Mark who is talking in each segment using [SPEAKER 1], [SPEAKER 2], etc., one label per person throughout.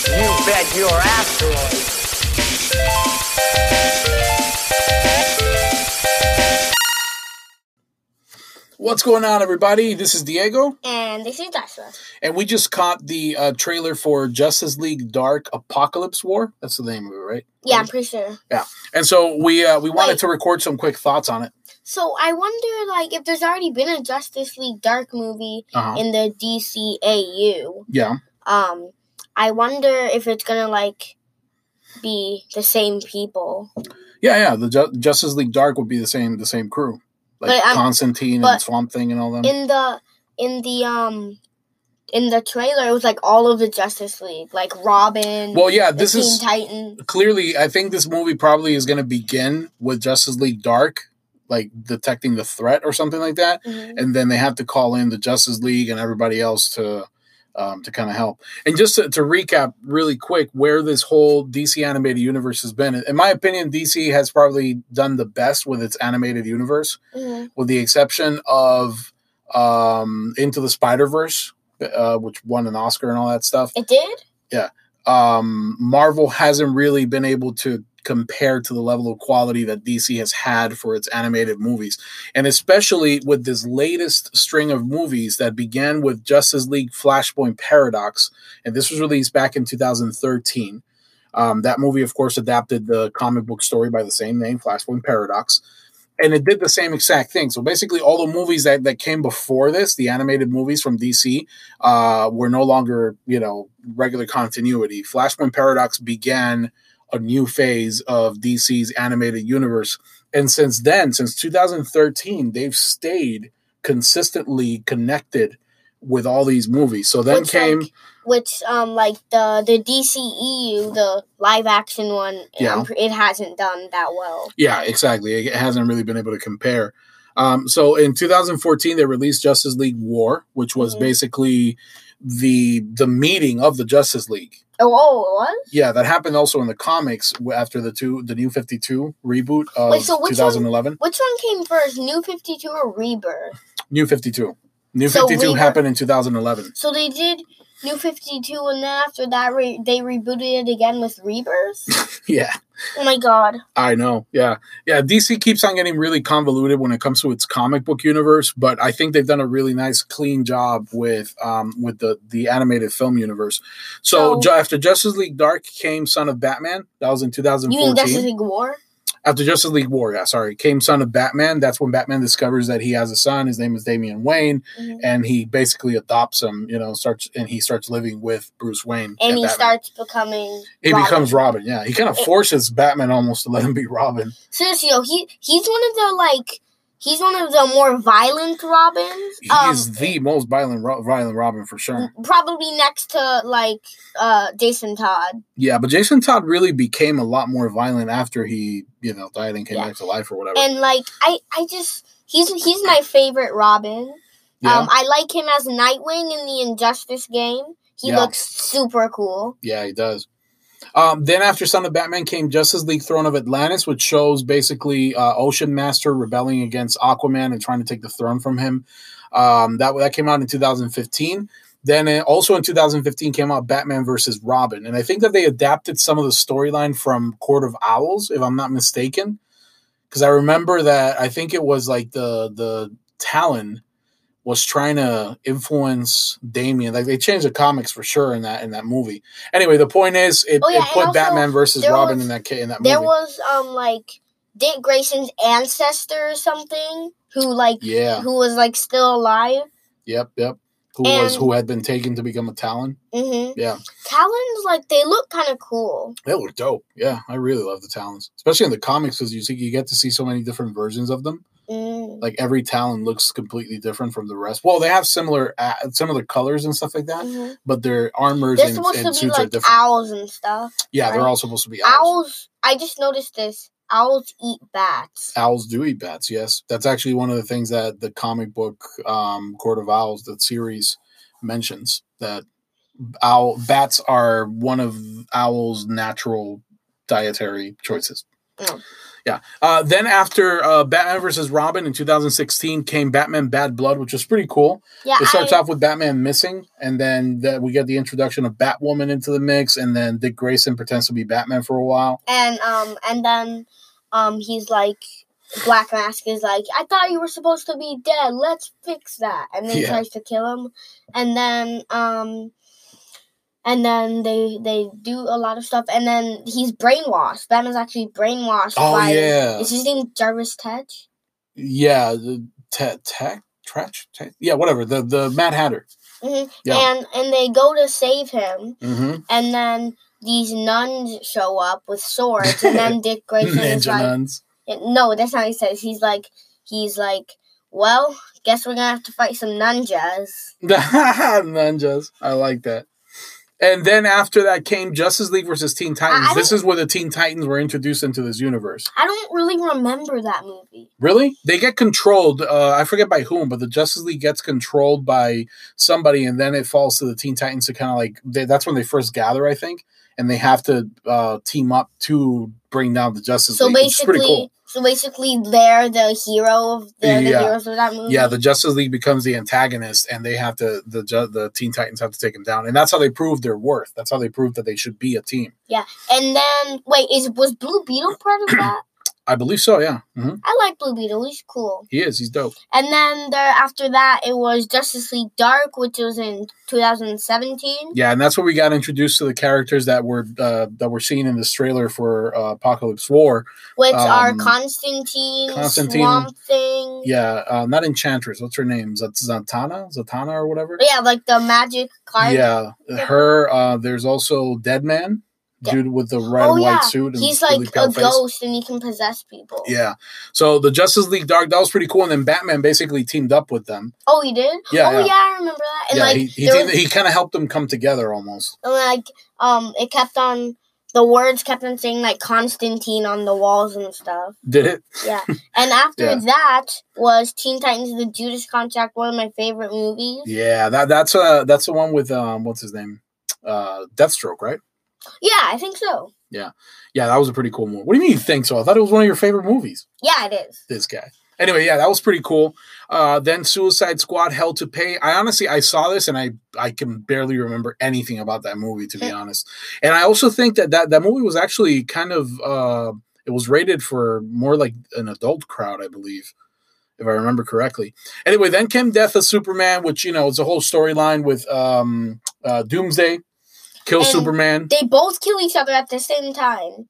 [SPEAKER 1] inside your asteroid.
[SPEAKER 2] What's going on, everybody? This is Diego,
[SPEAKER 3] And this is Joshua.
[SPEAKER 2] and we just caught the uh, trailer for Justice League Dark Apocalypse War. That's the name of it, right?
[SPEAKER 3] Yeah, I'm pretty sure.
[SPEAKER 2] And so we uh, we wanted
[SPEAKER 3] Wait.
[SPEAKER 2] to record some quick thoughts on it.
[SPEAKER 3] So I wonder, like, if there's already been a Justice League Dark movie
[SPEAKER 2] Uh-huh.
[SPEAKER 3] in the DCAU.
[SPEAKER 2] Yeah,
[SPEAKER 3] Um, I wonder if it's gonna like be the same people.
[SPEAKER 2] yeah, yeah. The Ju- Justice League Dark would be the same the same crew, like
[SPEAKER 3] But I'm-
[SPEAKER 2] Constantine and
[SPEAKER 3] but-
[SPEAKER 2] Swamp Thing and all them.
[SPEAKER 3] In the in the um in the trailer, it was like all of the Justice League, like Robin.
[SPEAKER 2] well, yeah,
[SPEAKER 3] the
[SPEAKER 2] this
[SPEAKER 3] Teen
[SPEAKER 2] is
[SPEAKER 3] Titan.
[SPEAKER 2] clearly. I think this movie probably is going to begin with Justice League Dark, like detecting the threat or something like that.
[SPEAKER 3] Mhm.
[SPEAKER 2] and then they have to call in the Justice League and everybody else to um, to kind of help. And just to, to recap really quick, where this whole DC animated universe has been, in my opinion, DC has probably done the best with its animated universe,
[SPEAKER 3] Mhm.
[SPEAKER 2] with the exception of um, Into the Spider Verse, uh, which won an Oscar and all that stuff.
[SPEAKER 3] It did.
[SPEAKER 2] Um, Marvel hasn't really been able to compare to the level of quality that DC has had for its animated movies. And especially with this latest string of movies that began with Justice League Flashpoint Paradox, and this was released back in 2013. Um, that movie, of course, adapted the comic book story by the same name, Flashpoint Paradox. And it did the same exact thing. So basically, all the movies that, that came before this, the animated movies from DC, uh, were no longer, you know, regular continuity. Flashpoint Paradox began a new phase of DC's animated universe. And since then, since 2013, they've stayed consistently connected with all these movies. So then
[SPEAKER 3] Which,
[SPEAKER 2] came.
[SPEAKER 3] like, which um like the the DCEU, the live action one.
[SPEAKER 2] Yeah.
[SPEAKER 3] I'm pre- it hasn't done that well.
[SPEAKER 2] Yeah, exactly. It hasn't really been able to compare. Um, so in 2014, they released Justice League War, which was
[SPEAKER 3] Mhm.
[SPEAKER 2] basically the the meeting of the Justice League.
[SPEAKER 3] Oh, oh, it was.
[SPEAKER 2] Yeah, that happened also in the comics w- after the two the New Fifty Two reboot of
[SPEAKER 3] Wait, so which one-
[SPEAKER 2] 2011.
[SPEAKER 3] Which one came first, New 52 or Rebirth?
[SPEAKER 2] New Fifty Two. New
[SPEAKER 3] So
[SPEAKER 2] Fifty Two
[SPEAKER 3] we were-
[SPEAKER 2] happened in 2011.
[SPEAKER 3] So they did New 52, and then after that, re- they rebooted it again with Rebirth?
[SPEAKER 2] Yeah.
[SPEAKER 3] oh my god.
[SPEAKER 2] I know. Yeah. Yeah. DC keeps on getting really convoluted when it comes to its comic book universe, but I think they've done a really nice clean job with um with the the animated film universe. So,
[SPEAKER 3] So-
[SPEAKER 2] ju- after Justice League Dark came Son of Batman. That was in
[SPEAKER 3] You mean Justice
[SPEAKER 2] 2014.
[SPEAKER 3] League War?
[SPEAKER 2] after Justice League War, yeah, sorry, came Son of Batman. That's when Batman discovers that he has a son. His name is Damian Wayne,
[SPEAKER 3] Mhm.
[SPEAKER 2] and he basically adopts him, you know, starts and he starts living with Bruce Wayne.
[SPEAKER 3] And he
[SPEAKER 2] Batman.
[SPEAKER 3] starts becoming.
[SPEAKER 2] he
[SPEAKER 3] Robin.
[SPEAKER 2] becomes Robin, yeah. He kind of forces Batman almost to let him be Robin.
[SPEAKER 3] Seriously, though, he, he's one of the, like, he's one of the more violent Robins. um,
[SPEAKER 2] He is the most violent, Ro- violent Robin for
[SPEAKER 3] Mm-hmm.
[SPEAKER 2] sure.
[SPEAKER 3] Probably next to, like, uh, Jason Todd.
[SPEAKER 2] Yeah, but Jason Todd really became a lot more violent after he, you know, died and came
[SPEAKER 3] Yeah.
[SPEAKER 2] back to life or whatever.
[SPEAKER 3] And, like, I, I just. He's, he's my favorite Robin.
[SPEAKER 2] yeah,
[SPEAKER 3] Um, I like him as Nightwing in the Injustice game. He
[SPEAKER 2] Yeah.
[SPEAKER 3] looks super cool.
[SPEAKER 2] yeah, he does. Um, then after Son of Batman came Justice League Throne of Atlantis, which shows basically uh, Ocean Master rebelling against Aquaman and trying to take the throne from him. Um, that that came out in 2015. Then uh, also in 2015 came out Batman versus Robin, and I think that they adapted some of the storyline from Court of Owls, if I'm not mistaken. because I remember that I think it was like the the Talon was trying to influence Damien. Like they changed the comics for sure in that in that movie. Anyway, the point is it,
[SPEAKER 3] Oh, yeah,
[SPEAKER 2] it
[SPEAKER 3] and
[SPEAKER 2] put
[SPEAKER 3] also,
[SPEAKER 2] Batman versus
[SPEAKER 3] there
[SPEAKER 2] Robin
[SPEAKER 3] was-
[SPEAKER 2] in that ki- in that
[SPEAKER 3] There
[SPEAKER 2] movie.
[SPEAKER 3] was um like Dick Grayson's ancestor or something who like
[SPEAKER 2] yeah.
[SPEAKER 3] who was like still alive.
[SPEAKER 2] Yep. Yep. Who was
[SPEAKER 3] And-
[SPEAKER 2] who had been taken to become a Talon?
[SPEAKER 3] Mm-hmm.
[SPEAKER 2] Yeah.
[SPEAKER 3] Talons like they look kind of cool.
[SPEAKER 2] They look dope. Yeah, I really love the Talons, especially in the comics because you see you get to see so many different versions of them.
[SPEAKER 3] Mm.
[SPEAKER 2] Like every Talon looks completely different from the rest. Well, they have similar uh, similar colors and stuff like that,
[SPEAKER 3] Mhm.
[SPEAKER 2] but their armors
[SPEAKER 3] They're
[SPEAKER 2] and,
[SPEAKER 3] supposed
[SPEAKER 2] and
[SPEAKER 3] to be
[SPEAKER 2] suits are
[SPEAKER 3] like
[SPEAKER 2] different.
[SPEAKER 3] owls and stuff.
[SPEAKER 2] Yeah, they're
[SPEAKER 3] right?
[SPEAKER 2] all supposed to be owls. owls.
[SPEAKER 3] Owls. I just noticed this. Owls eat
[SPEAKER 2] Uh,
[SPEAKER 3] bats.
[SPEAKER 2] do eat bats. Yes, that's actually one of the things that the comic book um, Court of Owls, that series, mentions that owl bats are one of owls' natural dietary choices.
[SPEAKER 3] Mm.
[SPEAKER 2] Yeah. Uh, then after uh, Batman versus Robin in 2016 came Batman Bad Blood, which was pretty cool.
[SPEAKER 3] Yeah,
[SPEAKER 2] It starts
[SPEAKER 3] I,
[SPEAKER 2] off with Batman missing, and then that we get the introduction of Batwoman into the mix, and then Dick Grayson pretends to be Batman for a while.
[SPEAKER 3] and um and then um he's like Black Mask is like, I thought you were supposed to be dead. Let's fix that. And then he
[SPEAKER 2] Yeah.
[SPEAKER 3] tries to kill him, and then um. And then they they do a lot of stuff, and then he's brainwashed. Batman's actually brainwashed
[SPEAKER 2] Oh
[SPEAKER 3] by
[SPEAKER 2] yeah,
[SPEAKER 3] is his name Jarvis Tedge?
[SPEAKER 2] yeah. The tech, tech, trash, tech, yeah, whatever. The the Mad Hatter.
[SPEAKER 3] hmm
[SPEAKER 2] Yeah.
[SPEAKER 3] And and they go to save him,
[SPEAKER 2] Mm-hmm.
[SPEAKER 3] and then these nuns show up with swords, and then Dick Grayson is
[SPEAKER 2] Ninja
[SPEAKER 3] like,
[SPEAKER 2] nuns.
[SPEAKER 3] No, that's not what he says. He's like, he's like, well, guess we're gonna have to fight some ninjas.
[SPEAKER 2] Ninjas. I like that. And then after that came Justice League versus Teen Titans.
[SPEAKER 3] I- I
[SPEAKER 2] this is where the Teen Titans were introduced into this universe.
[SPEAKER 3] I don't really remember that movie.
[SPEAKER 2] Really? They get controlled. Uh, I forget by whom, but the Justice League gets controlled by somebody, and then it falls to the Teen Titans to kind of like. They, that's when they first gather, I think, and they have to uh, team up to bring down the Justice
[SPEAKER 3] So
[SPEAKER 2] League. it's
[SPEAKER 3] basically,
[SPEAKER 2] pretty cool.
[SPEAKER 3] so basically, they're the hero. Of, they're the
[SPEAKER 2] Yeah.
[SPEAKER 3] heroes of that movie.
[SPEAKER 2] Yeah, the Justice League becomes the antagonist, and they have to the Ju- the Teen Titans have to take him down, and that's how they prove their worth. That's how they prove that they should be a team.
[SPEAKER 3] and then wait, is was Blue Beetle part of that?
[SPEAKER 2] I believe so. Yeah, hmm
[SPEAKER 3] I like Blue Beetle. He's cool.
[SPEAKER 2] he is. He's dope.
[SPEAKER 3] And then there after that, it was Justice League Dark, which was in 2017.
[SPEAKER 2] Yeah, and that's where we got introduced to the characters that were uh, that were seen in this trailer for uh, Apocalypse War.
[SPEAKER 3] Which are
[SPEAKER 2] Um,
[SPEAKER 3] Constantine,
[SPEAKER 2] Constantine.
[SPEAKER 3] Swamp Thing.
[SPEAKER 2] Yeah, uh, not Enchantress. What's her name? Z- Zatanna? Zatanna or whatever?
[SPEAKER 3] Yeah, like the magic card.
[SPEAKER 2] Yeah, her. Uh, there's also Dead Man,
[SPEAKER 3] Yeah.
[SPEAKER 2] dude with the red
[SPEAKER 3] Oh,
[SPEAKER 2] and
[SPEAKER 3] yeah.
[SPEAKER 2] white suit. And
[SPEAKER 3] He's
[SPEAKER 2] really
[SPEAKER 3] like
[SPEAKER 2] pale
[SPEAKER 3] a
[SPEAKER 2] face.
[SPEAKER 3] ghost and he can possess people.
[SPEAKER 2] Yeah. So the Justice League Dark, that was pretty cool. And then Batman basically teamed up with them.
[SPEAKER 3] Oh, he did?
[SPEAKER 2] Yeah,
[SPEAKER 3] oh,
[SPEAKER 2] yeah.
[SPEAKER 3] yeah. I remember that. And
[SPEAKER 2] yeah,
[SPEAKER 3] like,
[SPEAKER 2] he he,
[SPEAKER 3] there
[SPEAKER 2] teamed-
[SPEAKER 3] was-
[SPEAKER 2] he kind of helped them come together almost.
[SPEAKER 3] and, like, um, it kept on, the words kept on saying like Constantine on the walls and stuff.
[SPEAKER 2] Did it?
[SPEAKER 3] Yeah. and after
[SPEAKER 2] Yeah.
[SPEAKER 3] that was Teen Titans The Judas Contract, one of my favorite movies.
[SPEAKER 2] Yeah. That that's uh that's the one with um what's his name, uh Deathstroke, right?
[SPEAKER 3] Yeah, I think so.
[SPEAKER 2] Yeah, that was a pretty cool movie. What do you mean you think so? I thought it was one of your favorite movies.
[SPEAKER 3] Yeah, it is.
[SPEAKER 2] this guy. Anyway, yeah, that was pretty cool. Uh, then Suicide Squad, Hell to Pay. I honestly, I saw this and I, I can barely remember anything about that movie to be
[SPEAKER 3] Yeah.
[SPEAKER 2] honest. And I also think that that, that movie was actually kind of uh, it was rated for more like an adult crowd, I believe, if I remember correctly. Anyway, then came Death of Superman, which you know is a whole storyline with um, uh, Doomsday, kill
[SPEAKER 3] And-
[SPEAKER 2] Superman.
[SPEAKER 3] They both kill each other at the same time.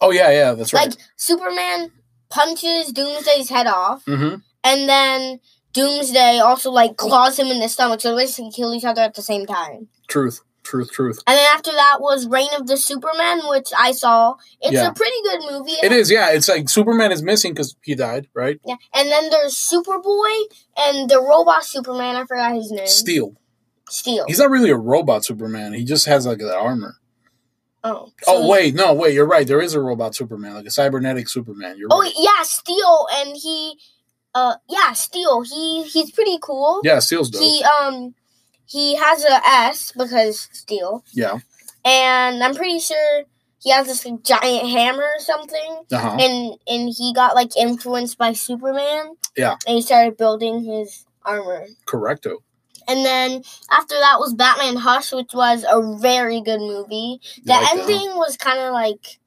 [SPEAKER 2] Oh yeah, yeah, that's right.
[SPEAKER 3] Like, Superman punches Doomsday's head off.
[SPEAKER 2] hmm
[SPEAKER 3] and then Doomsday also like claws him in the stomach, so they basically kill each other at the same time.
[SPEAKER 2] Truth, truth, truth.
[SPEAKER 3] And then after that was Reign of the Superman, which I saw. It's
[SPEAKER 2] Yeah.
[SPEAKER 3] a pretty good movie.
[SPEAKER 2] It is, yeah. It's like Superman is missing because he died, right?
[SPEAKER 3] Yeah. And then there's Superboy and the robot Superman. I forgot his name.
[SPEAKER 2] Steel.
[SPEAKER 3] Steel.
[SPEAKER 2] He's not really a robot Superman. He just has like that armor.
[SPEAKER 3] oh.
[SPEAKER 2] oh wait, no, wait. You're right. There is a robot Superman, like a cybernetic Superman. You're
[SPEAKER 3] Oh
[SPEAKER 2] right.
[SPEAKER 3] yeah, Steel, and he, uh, yeah, Steel. He he's pretty cool.
[SPEAKER 2] Yeah, Steel's dope.
[SPEAKER 3] He um, he has a S because Steel.
[SPEAKER 2] yeah.
[SPEAKER 3] and I'm pretty sure he has this like, giant hammer or something.
[SPEAKER 2] Uh huh.
[SPEAKER 3] And and he got like influenced by Superman.
[SPEAKER 2] Yeah.
[SPEAKER 3] And he started building his armor.
[SPEAKER 2] Correcto.
[SPEAKER 3] And then after that was Batman Hush, which was a very good movie.
[SPEAKER 2] You
[SPEAKER 3] The
[SPEAKER 2] like that, huh?
[SPEAKER 3] ending was kind of like.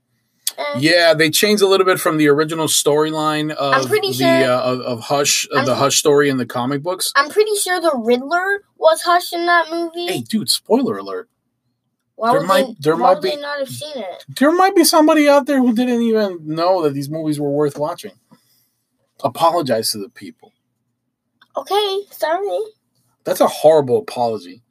[SPEAKER 3] eh.
[SPEAKER 2] Yeah, they changed a little bit from the original storyline of the
[SPEAKER 3] pretty sure-
[SPEAKER 2] uh, of, of Hush, of
[SPEAKER 3] I'm-
[SPEAKER 2] the Hush story in the comic books.
[SPEAKER 3] I'm pretty sure the Riddler was Hush in that movie.
[SPEAKER 2] Hey, dude! Spoiler alert.
[SPEAKER 3] why
[SPEAKER 2] there
[SPEAKER 3] would
[SPEAKER 2] might-
[SPEAKER 3] they,
[SPEAKER 2] there
[SPEAKER 3] why
[SPEAKER 2] might
[SPEAKER 3] would
[SPEAKER 2] be-
[SPEAKER 3] they not have seen it?
[SPEAKER 2] There might be somebody out there who didn't even know that these movies were worth watching. Apologize to the people.
[SPEAKER 3] Okay, sorry.
[SPEAKER 2] That's a horrible apology.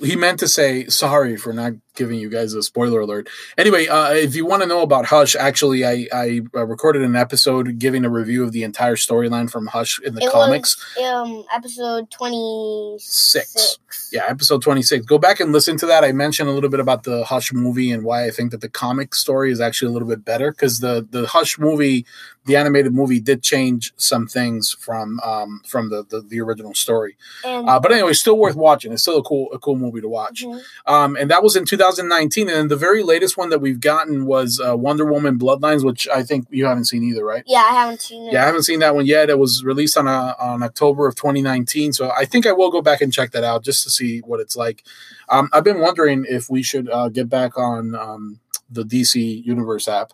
[SPEAKER 2] He meant to say sorry for not giving you guys a spoiler alert. Anyway, uh, if you want to know about Hush, actually, I, I uh, recorded an episode giving a review of the entire storyline from Hush in the
[SPEAKER 3] It
[SPEAKER 2] comics.
[SPEAKER 3] was um episode twenty
[SPEAKER 2] Six. Yeah, episode 26. Go back and listen to that. I mentioned a little bit about the Hush movie and why I think that the comic story is actually a little bit better because the, the Hush movie, the animated movie, did change some things from um, from the, the, the original story.
[SPEAKER 3] And
[SPEAKER 2] Uh, but anyway, still worth watching. It's still a cool a cool movie to watch.
[SPEAKER 3] mhm.
[SPEAKER 2] Um, and that was in 2000. 2019, and then the very latest one that we've gotten was uh, Wonder Woman Bloodlines, which I think you haven't seen either, right?
[SPEAKER 3] Yeah, I haven't seen it.
[SPEAKER 2] Yeah, I haven't seen that one yet. It was released on uh on October of 2019, so I think I will go back and check that out just to see what it's like. Um, I've been wondering if we should uh, get back on um, the DC Universe app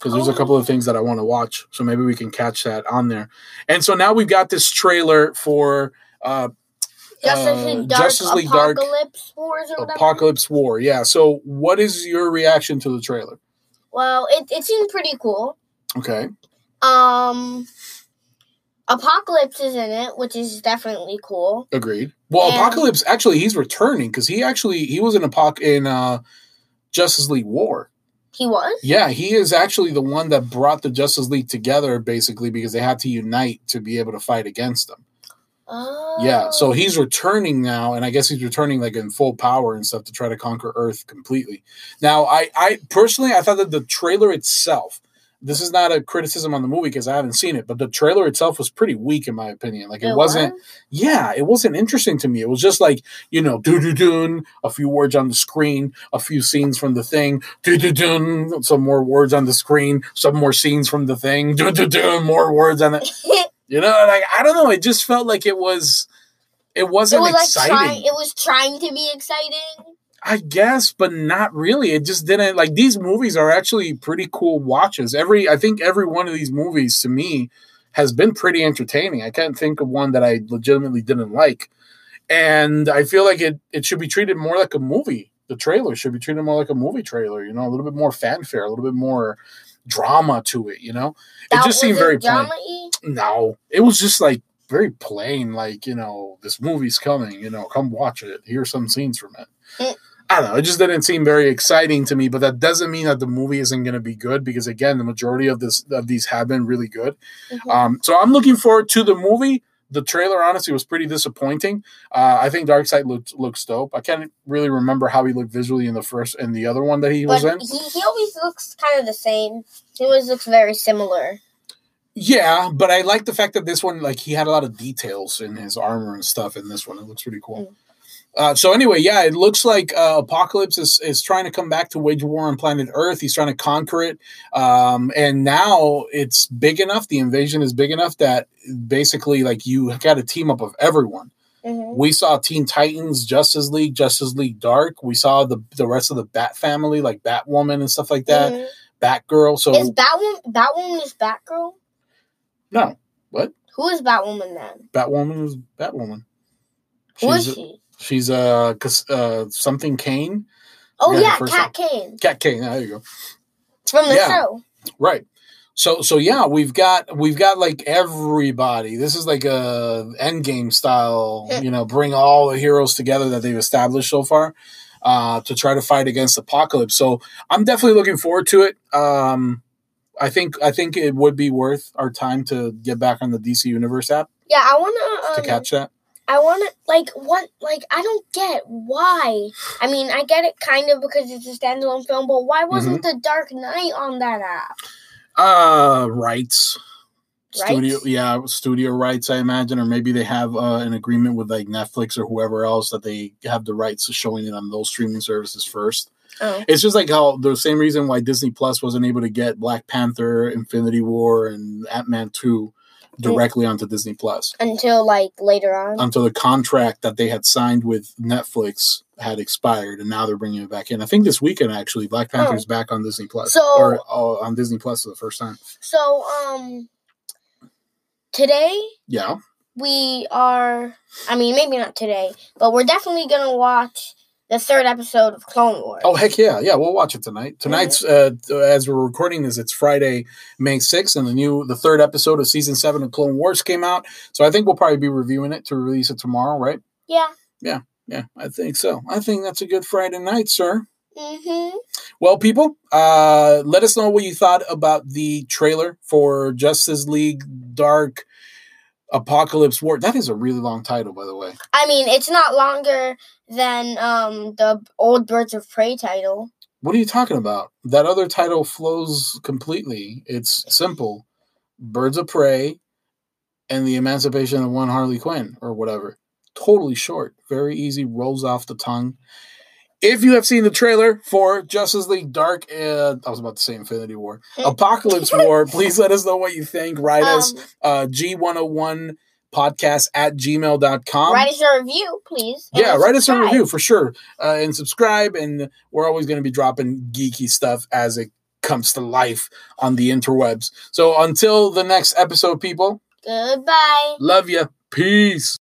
[SPEAKER 2] because there's a couple of things that I want to watch, so maybe we can catch that on there. And so now we've got this trailer for uh,
[SPEAKER 3] Justice
[SPEAKER 2] uh,
[SPEAKER 3] League Dark
[SPEAKER 2] Justice League Dark
[SPEAKER 3] Apocalypse Wars or whatever.
[SPEAKER 2] Apocalypse War. Yeah. So what is your reaction to the trailer?
[SPEAKER 3] well, it it seemed pretty cool.
[SPEAKER 2] Okay.
[SPEAKER 3] Um, Apocalypse is in it, which is definitely cool.
[SPEAKER 2] Agreed. Well,
[SPEAKER 3] And-
[SPEAKER 2] Apocalypse actually he's returning because he actually he was in Apoc in uh, Justice League War.
[SPEAKER 3] He was.
[SPEAKER 2] Yeah, he is actually the one that brought the Justice League together basically because they had to unite to be able to fight against them.
[SPEAKER 3] Oh.
[SPEAKER 2] Yeah, so he's returning now, and I guess he's returning like in full power and stuff to try to conquer Earth completely. Now, I, I personally, I thought that the trailer itself, this is not a criticism on the movie because I haven't seen it, but the trailer itself was pretty weak in my opinion. Like it, wasn't,
[SPEAKER 3] was?
[SPEAKER 2] yeah, it wasn't interesting to me. It was just like you know, doo doo doo, a few words on the screen, a few scenes from the thing, doo doo doo, some more words on the screen, some more scenes from the thing, doo doo doo, more words on it. You know, like I don't know. It just felt like it was, it
[SPEAKER 3] it
[SPEAKER 2] wasn't
[SPEAKER 3] was like
[SPEAKER 2] exciting.
[SPEAKER 3] trying. It was trying to be exciting.
[SPEAKER 2] I guess, but not really. It just didn't. Like these movies are actually pretty cool watches. Every I think every one of these movies to me has been pretty entertaining. I can't think of one that I legitimately didn't like. And I feel like it it should be treated more like a movie. The trailer should be treated more like a movie trailer. You know, a little bit more fanfare, a little bit more drama to it. You know, it just seemed
[SPEAKER 3] wasn't
[SPEAKER 2] very plain.
[SPEAKER 3] drama-y?
[SPEAKER 2] No, it was just like very plain. Like you know, this movie's coming. You know, come watch it. Here's some scenes from
[SPEAKER 3] Mm.
[SPEAKER 2] it. I don't know. It just didn't seem very exciting to me. But that doesn't mean that the movie isn't going to be good because again, the majority of this of these have been really good.
[SPEAKER 3] Mhm.
[SPEAKER 2] Um, so I'm looking forward to the movie. The trailer honestly was pretty disappointing. Uh, I think Darkseid looked looks dope. I can't really remember how he looked visually in the first and the other one that he was in.
[SPEAKER 3] but he, he always looks kind of the same. He always looks very similar.
[SPEAKER 2] Yeah, but I like the fact that this one, like, he had a lot of details in his armor and stuff in this one. It looks pretty cool. Uh, so anyway, yeah, it looks like uh, Apocalypse is, is trying to come back to wage war on planet Earth. He's trying to conquer it, um, and now it's big enough. The invasion is big enough that basically, like, you got a team up of everyone.
[SPEAKER 3] hmm
[SPEAKER 2] We saw Teen Titans, Justice League, Justice League Dark. We saw the the rest of the Bat family, like Batwoman and stuff like that,
[SPEAKER 3] Mhm.
[SPEAKER 2] Batgirl. So
[SPEAKER 3] Is Batwoman Batwoman is Batgirl?
[SPEAKER 2] no,
[SPEAKER 3] Who is Batwoman then?
[SPEAKER 2] Batwoman is Batwoman.
[SPEAKER 3] Who is
[SPEAKER 2] She's-
[SPEAKER 3] she?
[SPEAKER 2] She's uh, Cas- uh something Kane,
[SPEAKER 3] Oh
[SPEAKER 2] yeah,
[SPEAKER 3] yeah,
[SPEAKER 2] first
[SPEAKER 3] Cat Kane
[SPEAKER 2] Cat Kane. ah, There you go.
[SPEAKER 3] from the
[SPEAKER 2] Yeah.
[SPEAKER 3] show.
[SPEAKER 2] Right. So so yeah, we've got we've got like everybody. This is like a Endgame style, you know, bring all the heroes together that they've established so far uh, to try to fight against Apocalypse. So I'm definitely looking forward to it. Um, I think I think it would be worth our time to get back on the DC Universe app
[SPEAKER 3] Yeah, I wanna.
[SPEAKER 2] to
[SPEAKER 3] um,
[SPEAKER 2] catch that.
[SPEAKER 3] I want to like what like I don't get why. I mean, I get it kind of because it's a standalone film, but why wasn't the Dark Knight on that app?
[SPEAKER 2] Uh, rights. Studio,
[SPEAKER 3] Rights?
[SPEAKER 2] yeah, studio rights, I imagine, or maybe they have uh, an agreement with like Netflix or whoever else that they have the rights to showing it on those streaming services first.
[SPEAKER 3] Oh,
[SPEAKER 2] It's just like how the same reason why Disney Plus wasn't able to get Black Panther, Infinity War, and Ant Man 2 directly onto Disney Plus
[SPEAKER 3] until like later on.
[SPEAKER 2] until the contract that they had signed with Netflix had expired, and now they're bringing it back in. I think this weekend, actually, Black Panther's back on Disney Plus
[SPEAKER 3] Oh. So-
[SPEAKER 2] or uh, on Disney Plus for the first time.
[SPEAKER 3] so um, today
[SPEAKER 2] Yeah,
[SPEAKER 3] we are. I mean, maybe not today, but we're definitely gonna watch the third episode of Clone Wars.
[SPEAKER 2] Oh heck yeah, yeah! We'll watch it tonight. Tonight's uh, as we're recording this, it's Friday, May sixth, and the new the third episode of season seven of Clone Wars came out. So I think we'll probably be reviewing it to release it tomorrow, right?
[SPEAKER 3] Yeah.
[SPEAKER 2] Yeah, I think so. I think that's a good Friday night, sir.
[SPEAKER 3] Mhm.
[SPEAKER 2] Well, people, uh, let us know what you thought about the trailer for Justice League Dark Apocalypse War. That is a really long title, by the way.
[SPEAKER 3] I mean, it's not longer than um the old Birds of Prey title.
[SPEAKER 2] What are you talking about? That other title flows completely. It's simple Birds of Prey and the Emancipation of One Harley Quinn, or whatever. Totally short, very easy, rolls off the tongue. if you have seen the trailer for Justice League Dark, uh, I was about to say Infinity War, Apocalypse War, please let us know what you think. Write us
[SPEAKER 3] Um,
[SPEAKER 2] uh, G101 podcast at gmail.com.
[SPEAKER 3] write us a review, please. and
[SPEAKER 2] Um, yeah, write us a
[SPEAKER 3] Oh, subscribe.
[SPEAKER 2] review for sure. Uh, and subscribe. And we're always going to be dropping geeky stuff as it comes to life on the interwebs. So until the next episode, people,
[SPEAKER 3] Goodbye.
[SPEAKER 2] love you. Peace.